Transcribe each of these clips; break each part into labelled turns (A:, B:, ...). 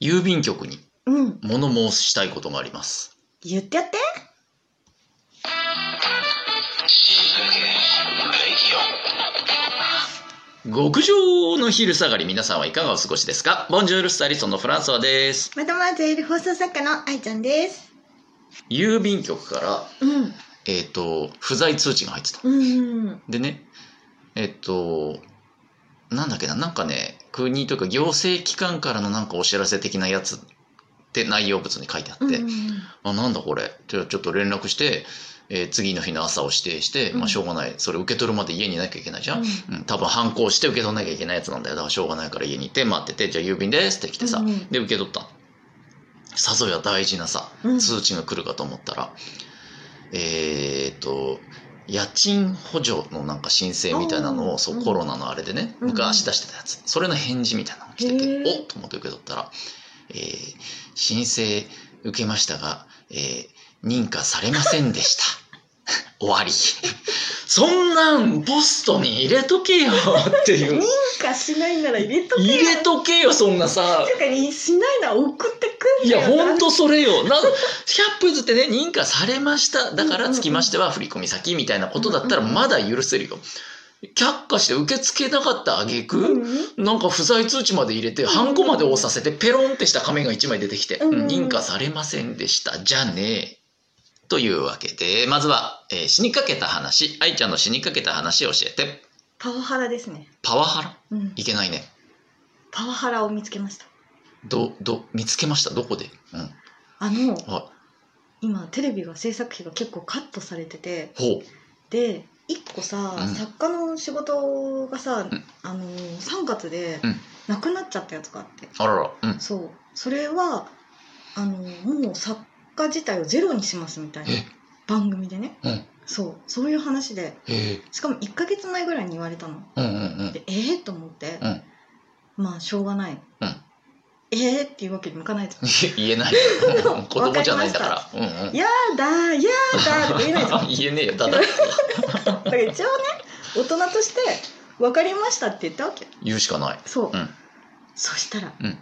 A: 郵便局に
B: うん。
A: 物申したいことがあります。
B: 言ってやって。
A: 極上の昼下がり皆さんはいかがお過ごしですかボンジュールスタイリストのフランソワです。
B: またまずいる放送作家の愛ちゃんです。
A: 郵便局から、
B: うん。
A: えっ、と、不在通知が入ってた。
B: うん。
A: でね、えっと、なんだっけな、なんかね、国というか行政機関からのなんかお知らせ的なやつって内容物に書いてあって、
B: うん。
A: あ、なんだこれ。じゃあちょっと連絡して、えー次の日の朝を指定して、ま
B: う
A: あ
B: ん
A: しょうがない。それ受け取るまで家にいなきゃいけないじゃん。うん、多分反抗して受け取んなきゃいけないやつなんだよだからしょうがないから家にいて待っててじゃあ郵便ですって来てさ、
B: うんうん
A: で受け取ったのさぞや大事なさ
B: うん
A: 通知が来るかと思ったら、えーっと家賃補助のなんか申請みたいなのを
B: おー
A: そううんコロナのあれでね
B: うんうん
A: 昔出してたやつそれの返事みたいなのが来て
B: へ
A: て
B: ー
A: おっと思って受け取ったら、えー申請受けましたが、えー認可されませんでした 終わり そんなんポストに入れとけよってい
B: 認
A: う
B: 可しないなら入れとけ
A: 入
B: よ。
A: れとけよそんなさ
B: てかにしないなら送ってく
A: い
B: んだ
A: や
B: よ な
A: ほんとそれよな100歩譲ってね認可されましただからつきましては振込先みたいなことだったら
B: うんうん
A: まだ許せるよ却下して受け付けなかった挙
B: う
A: 句
B: ん
A: なんか不在通知まで入れてハンコまで押させてペロンってした紙が1枚出てきて「
B: うんうん
A: うん認可されませんでしたじゃねえ」というわけでまずは、えー死にかけた話愛ちゃんの死にかけた話を教えて
B: パワハラですね。
A: パワハラ
B: うん。
A: いけないね
B: パワハラを見つけました。
A: どど見つけましたどこで、うん、
B: あの、
A: は
B: 今テレビが制作費が結構カットされてて、
A: いほう
B: で一個さ、
A: うん
B: 作家の仕事がさ、
A: ん
B: あのー3月で
A: うん
B: なくなっちゃったやつがあって、
A: あららうん
B: そうそれはあのーもう作家自体をゼロにしますみたいな
A: え
B: 番組でね、
A: うん
B: そうそういう話で
A: へえ
B: しかも1ヶ月前ぐらいに言われたの
A: うんうんうん
B: でええと思って、
A: うん
B: まあしょうがない、
A: うん
B: ええっていうわけにもいかないじゃん
A: 言えない
B: そう
A: うん子供じゃないんだからうんうん
B: やだやだとか言えない じゃん
A: 言えねえよだだ
B: だから一応ね大人として分かりましたって言ったわけ
A: 言うしかない
B: そ
A: う
B: う、
A: ん
B: そしたら、
A: うん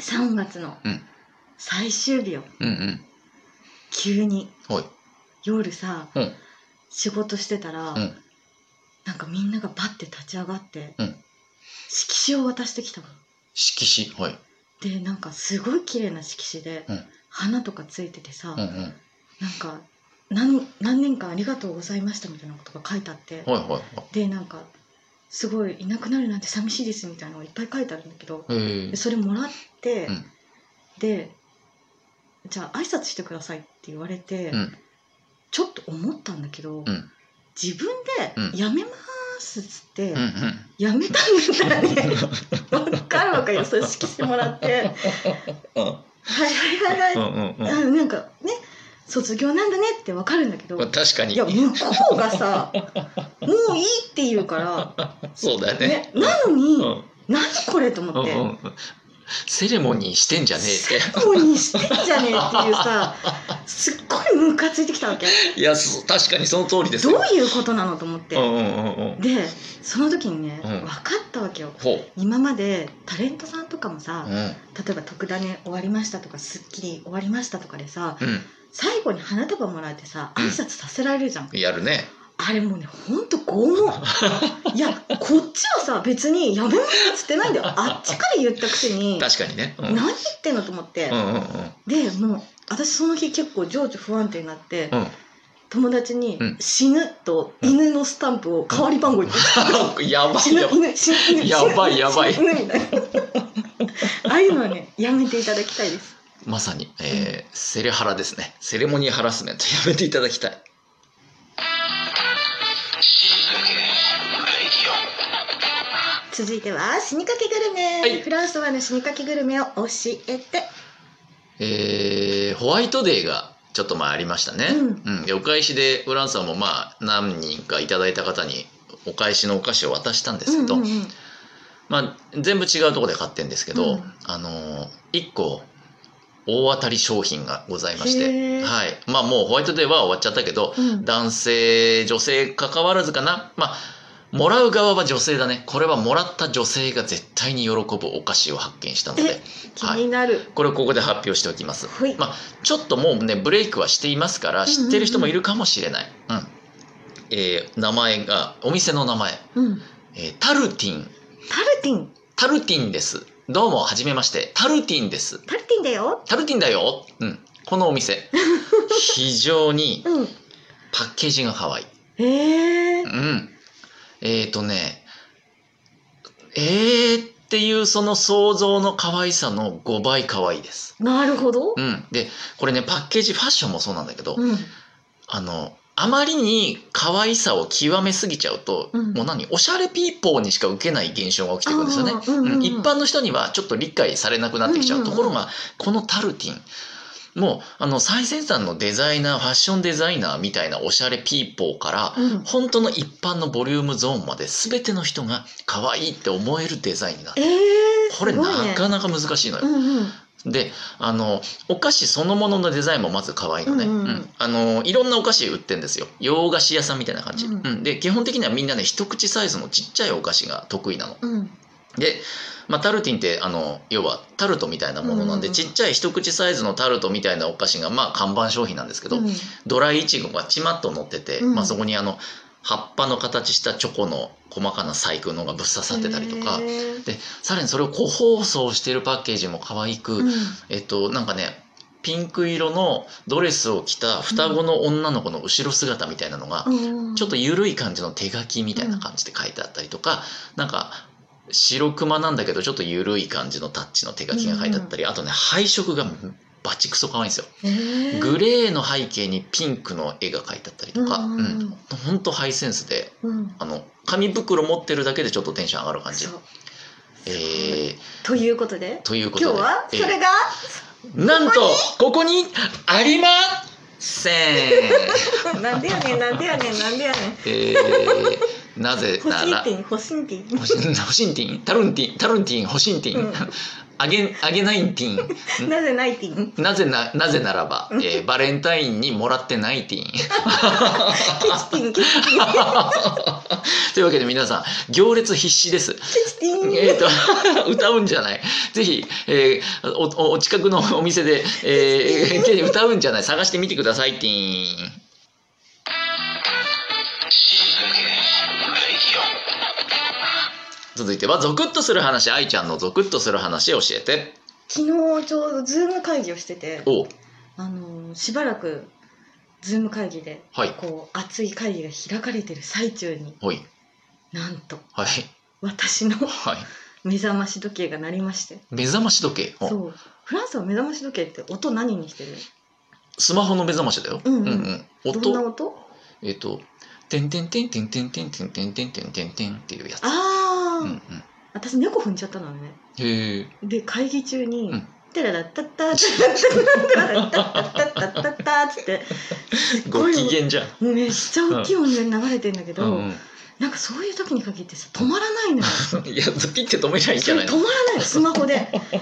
B: 3月の
A: うん
B: 最終日を
A: うんうん
B: 急に
A: はい
B: 夜さ、
A: うん
B: 仕事してたら、
A: うん
B: なんかみんながバッて立ち上がって、
A: うん
B: 色紙を渡してきたの。
A: 色紙はい
B: でなんかすごい綺麗な色紙で、
A: うん
B: 花とかついててさ、
A: うんう
B: なん
A: んはい
B: か何何年間ありがとうございましたみたいなことが書いてあって、
A: はいは
B: でなんかすごいいなくなるなんて寂しいですみたいなのがいっぱい書いてあるんだけど、
A: いへえ
B: でそれもらって、
A: うん
B: でじゃあ挨拶してくださいって言われて、
A: うん
B: ちょっと思ったんだけど、
A: ん
B: 自分
A: うん
B: で「やめます」っつって、
A: うんうん
B: やめたんだねわかるわかるよそれ指揮してもらって
A: うん
B: 「はいはいはい
A: うん
B: は
A: うん
B: い」
A: うん
B: あなんかね卒業なんだねってわかるんだけど
A: まあ確か
B: い
A: に
B: や向こうがさもういいって言うから、
A: そうだよね
B: ね、なのに、
A: うん
B: 何これと思
A: う
B: っ
A: ん
B: て。
A: うんセレモニーしてんじゃね
B: 最後にしてんじゃねえっていうさすっごいムカついてきたわけ
A: えっていやそう確かに その通りです
B: ど
A: よ
B: ういうことなのと思って
A: うんうんうんうん
B: でその時にね、
A: うん
B: 分かったわけよ
A: ほう
B: 今までタレントさんとかもさ、
A: うん
B: 例えば「特ダネ終わりました」とか「スッキリ終わりました」とかでさ
A: う
B: 最後に花束もらえてさ
A: うん
B: 挨拶させられるじゃん、
A: んやるね
B: あれもうねほんと拷問いやこっちはさ別に「やめます」っつってないんだよあっちから言ったくせに
A: 確かにねうん
B: 何言ってんのと思って、
A: うんうんうん
B: でもう私その日結構情緒不安定になって、
A: うん
B: 友達に
A: うん
B: 「死ぬ」と「犬」のスタンプを代わり番号に言ってた
A: やば
B: 死
A: い
B: ぬ
A: よ
B: 犬死ぬ犬
A: やばいやばい
B: 死ぬ犬みたいなああいうのはねやめていただきたいです
A: まさに、えーセレハラですねセレモニーハラスメント やめていただきたい
B: 続いては死にかけグルメ、
A: はい
B: フランスワの死にかけグルメを教えて
A: えーホワイトデーがちょっと前ありましたね、うんでお返しでフランさんもまあ何人かいただいた方にお返しのお菓子を渡したんですけど、
B: うんうんうん
A: まあ、全部違うところで買ってんですけど、
B: うん
A: あの1個大当たり商品がございまして、
B: へー
A: はいまあ、もうホワイトデーは終わっちゃったけど、
B: うん
A: 男性女性関わらずかなまあもらう側は女性だねこれはもらった女性が絶対に喜ぶお菓子を発見したので
B: え気になる、
A: これをここで発表しておきます
B: はい
A: まあちょっともうねブレイクはしていますから知ってる人もいるかもしれない、うんえー名前がお店の名前、
B: うん、
A: えータルティン
B: タルティン
A: タルティンですどうもはじめましてタルティンです
B: タルティンだよ
A: タルティンだよ、うん、このお店非常に
B: うん
A: パッケージが可愛い
B: ええ
A: うんえっ、ー、とねえーっていうその想像の可愛さの5倍可愛いです
B: なるほど
A: うん、でこれねパッケージファッションもそうなんだけど、
B: うん
A: あのあまりに可愛さを極めすぎちゃうと、
B: うん
A: もう何おしゃれピーポーにしか受けない現象が起きてくるんですよね
B: あ、ーうんうんうん
A: 一般の人にはちょっと理解されなくなってきちゃう、
B: うんうんうん
A: ところがこのタルティンもうあの最先端のデザイナーファッションデザイナーみたいなおしゃれピーポーから、
B: うん
A: 本当の一般のボリュームゾーンまで全ての人が可愛いって思えるデザインになって
B: え
A: る
B: え
A: これ
B: すごいね
A: なかなか難しいのよ
B: う。んうん
A: であのお菓子そのもののデザインもまず可愛いのね、
B: うんうんうん
A: あのいろんなお菓子売ってんですよ洋菓子屋さんみたいな感じ、
B: うん
A: うんで基本的にはみんなね一口サイズのちっちゃいお菓子が得意なの
B: うん
A: で、まあ、タルティンってあの要はタルトみたいなものなんで、
B: うんうん
A: ちっちゃい一口サイズのタルトみたいなお菓子がまあ看板商品なんですけど、
B: うん
A: ドライイチゴがちまっと乗ってて、
B: うん
A: まあ、そこにあの葉っぱの形したチョコの細かな細工のがぶっ刺さってたりとか、
B: へえ
A: でさらにそれを個包装してるパッケージも可愛く、
B: うん
A: えっとなんかねピンク色のドレスを着た双子の女の子の後ろ姿みたいなのが、
B: うん
A: ちょっと緩い感じの手書きみたいな感じで書いてあったりとか、なんか白クマなんだけどちょっと緩い感じのタッチの手書きが書いてあったり、あとね配色がバチクソ可愛いんですよ、
B: へえ
A: グレーの背景にピンクの絵が書いてあったりとか、
B: う
A: うんん
B: うんうん
A: ほんとハイセンスで
B: うん
A: あの紙袋持ってるだけでちょっとテンション上がる感じ
B: そ、う
A: えー、
B: ということで
A: ということ
B: 今
A: で
B: 日はそ
A: えー
B: れが
A: なんとここにありません、
B: なんでやねんなんでやねんなんでやねん
A: えー、なぜ
B: 欲
A: な
B: しいっ
A: ら
B: てん欲しいってん
A: ホシンホシンティンタルンティンタルンティンホシンティン、
B: うん
A: あげあげないんティン
B: なぜないってん
A: なぜななぜならば、えー、バレンタインにもらってないティン
B: ケチティンケチティン
A: というわけで皆さん行列必至です
B: ケチティン
A: えー、と 歌うんじゃないぜひ、えーおおお近くの お店で、 えー、歌うんじゃない探してみてくださいティーン続いてはゾクッとする話愛ちゃんのゾクッとする話教えて
B: 昨日ちょうどズーム会議をしてて
A: おう
B: あのしばらくズーム会議で
A: はい
B: こう熱い会議が開かれてる最中に
A: ほい
B: なんと
A: はい
B: 私の
A: はい
B: 目覚まし時計が鳴りまして
A: 目覚まし時計お
B: そうフランスは目覚まし時計って音何にしてる
A: スマホの目覚ましだよ、
B: うんうんどんな
A: 音
B: 音
A: えっ、と「てんてんてんてんてんてんてんてんてんてんてんてん」っていうやつ
B: ああ、
A: うんうん、
B: 私猫踏んじゃったのね
A: へえ
B: で会議中に
A: うん
B: 「テララッタッタッタララッタッタッタッタッタッタッタッ」つって
A: ご機嫌じゃん
B: めっちゃ大きい音源流れてんだけど、
A: うん
B: なんかそういう時に限ってさ止まらないのよ
A: うん、いやピッて止めりゃいい
B: そ
A: じゃ
B: れ
A: ない
B: 止
A: の
B: まらないスマホで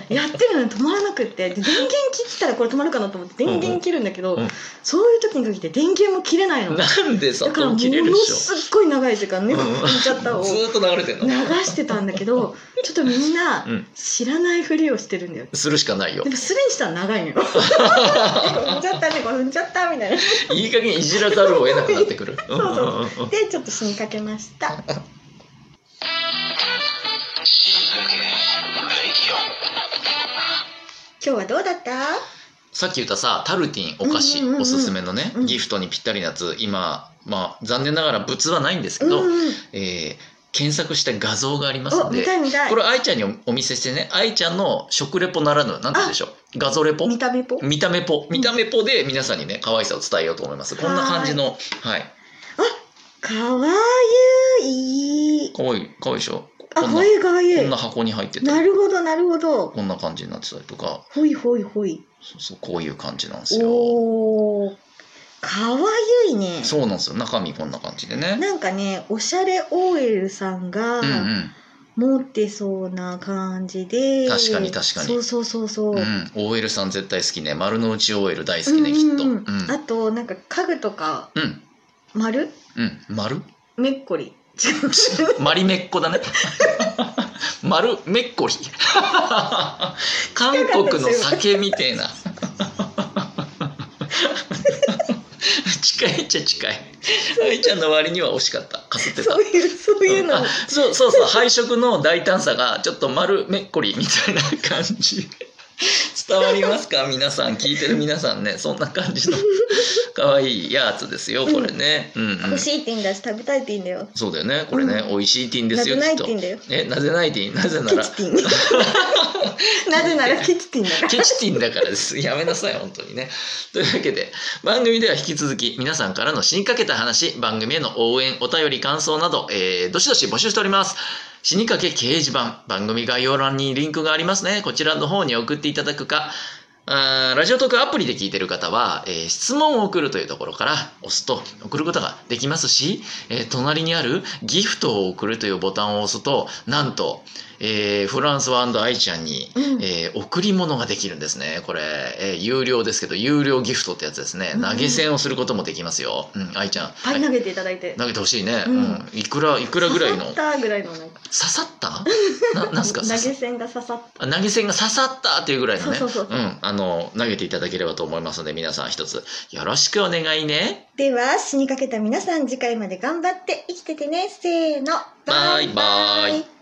B: やってるのに止まらなくってで電源切ったらこれ止まるかなと思って電源切るんだけど、
A: うんうん
B: そういう時に限って電源も切れないのだ
A: なんでさ
B: からも
A: と切
B: の
A: れるっし
B: すっごい長い時間
A: ょ、う
B: 猫
A: ん、
B: が踏んじゃったを
A: ず
B: 流
A: ーっと流れてんの、
B: してたんだけどちょっとみんな
A: うん、
B: 知らないふりをしてるんだよ
A: するしかないよ
B: でもすでにしたら長い のよ 踏んじゃった猫踏んじゃったみたいない
A: い加減いじらざるを得なくなってくる
B: う そうん
A: んんん
B: でちょっと死にかけ ました今日はどうだった
A: さっき言ったさタルティンお菓子、
B: うんうんうんうん
A: おすすめのね、
B: うん
A: ギフトにぴったりなやつ今まあ残念ながら物はないんですけど、
B: うんうん、
A: えー検索して画像があります
B: お
A: ん
B: 見
A: で
B: たい見たい
A: これ愛ちゃんにおお見せしてね愛ちゃんの食レポならぬなんて言うんでしょう画像レポ
B: 見た目ぽ
A: 見た目ポ見た目ポで皆さんにね可愛さを伝えようと思いますこんな感じのはい
B: かわゆい
A: 可愛い可愛いでしょこ
B: あ
A: ん
B: か
A: な
B: わゆいかわゆ
A: こん
B: い
A: な箱に入ってた
B: な
A: り
B: るほどなるほど
A: こんな感じになってたりとか
B: ほいほいほい
A: そうそうこういう感じなんですよ
B: おーかわゆいね
A: そうなんですよ中身こんな感じでね
B: なんかねおしゃれ OL さんが
A: うん
B: 持ってそうな感じで、
A: 確かに確かに
B: そうそうそうそう、
A: うんうん OL さん絶対好きね丸の内 OL 大好きねきっとう
B: うんんうんうんあとなんか家具とか
A: うん
B: 丸
A: うん丸
B: めっこり
A: マリメッコだね。丸めっこり。韓国の酒みてえな。近いっちゃ近い。愛ちゃんの割には惜しかった。かすってた
B: そ。ういうそういうの
A: あそうそうそう配色の大胆さがちょっと丸めっこりみたいな感じ伝わりますか皆さん聞いてる皆さんねそんな感じの可愛いやつですよこれね、うんうん
B: 欲しいって言うんだし食べたいって言うんだよ
A: そうだよねこれね、
B: う
A: 美味しいティンで
B: な
A: すよ
B: ぜ
A: き
B: ない
A: っ
B: って
A: と
B: 言うんだよ
A: えなぜないティンなぜな
B: ケ
A: ら
B: チティンなぜならケチティンだから
A: ケチティンだからです。 やめなさい、本当にね。というわけで、番組では引き続き、皆さんからの死にかけた話、番組への応援、お便り、感想など、えー、どしどし募集しております。死にかけ掲示板、番組概要欄にリンクがありますね。こちらの方に送っていただくか、あーラジオトークアプリで聞いてる方は、えー質問を送るというところから押すと送ることができますし、えー隣にあるギフトを送るというボタンを押すと、なんと、えーフランスワン愛ちゃんに、
B: うん
A: えー贈り物ができるんですね。これ、えー有料ですけど、有料ギフトってやつですね。
B: うん
A: 投げ銭をすることもできますよ。うん、愛ちゃん。
B: パ
A: は
B: ン
A: い
B: 投げていただいて
A: 投げてほしいね、う
B: うんん。
A: いくら、いくらぐらいの。刺
B: 刺さったぐらいのなんか
A: さったななんすか
B: 投
A: 刺
B: げ
A: さ
B: 銭が刺さっ
A: あ投げ銭が刺さったっていうぐらいのね。。
B: そうそうそうん
A: あの、投げていただければと思いますので、皆さん一つよろしくお願いね。
B: では死にかけた皆さん次回まで頑張って生きててねせーの
A: バイバイ